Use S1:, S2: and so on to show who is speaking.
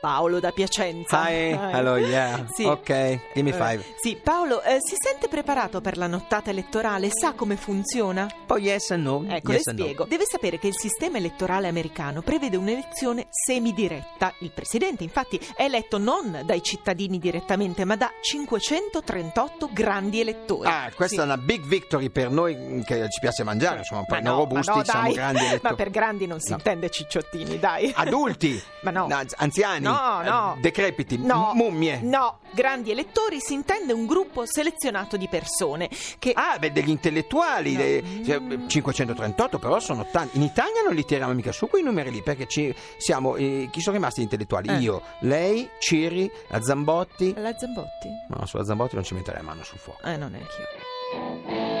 S1: Paolo da Piacenza.
S2: Hi,
S1: Hi.
S2: hello, yeah.
S1: Sì.
S2: Ok, give me
S1: Eh,
S2: five.
S1: Sì, Paolo, eh, si sente preparato per la nottata elettorale? Sa come funziona?
S2: Poi yes and no.
S1: Ecco,
S2: yes
S1: le
S2: and no.
S1: spiego. Deve sapere che il sistema elettorale americano prevede un'elezione semidiretta. Il presidente, infatti, è eletto non dai cittadini direttamente, ma da 538 grandi elettori.
S2: Ah, questa è
S1: Sì.
S2: una big victory per noi mm, che ci piace mangiare, insomma,
S1: Ma
S2: poi noi
S1: no,
S2: robusti,
S1: ma no,
S2: siamo
S1: dai.
S2: diciamo, grandi
S1: Ma
S2: elettori.
S1: per grandi non si
S2: No.
S1: intende cicciottini, dai.
S2: Adulti,
S1: Ma no.
S2: anz- anziani,
S1: No,
S2: eh,
S1: no.
S2: decrepiti,
S1: No.
S2: m- mummie.
S1: No, grandi elettori si intende un gruppo selezionato di persone che...
S2: Ah, beh, degli intellettuali,
S1: No.
S2: dei- cioè, 538 però sono tanti. In Italia non li tiriamo mica su quei numeri lì, perché ci siamo, eh, chi sono rimasti gli intellettuali?
S1: Eh.
S2: Io, lei, Ciri, la Zambotti.
S1: La Zambotti?
S2: No, sulla Zambotti non ci metterei la mano sul fuoco.
S1: Eh, non è anch'io.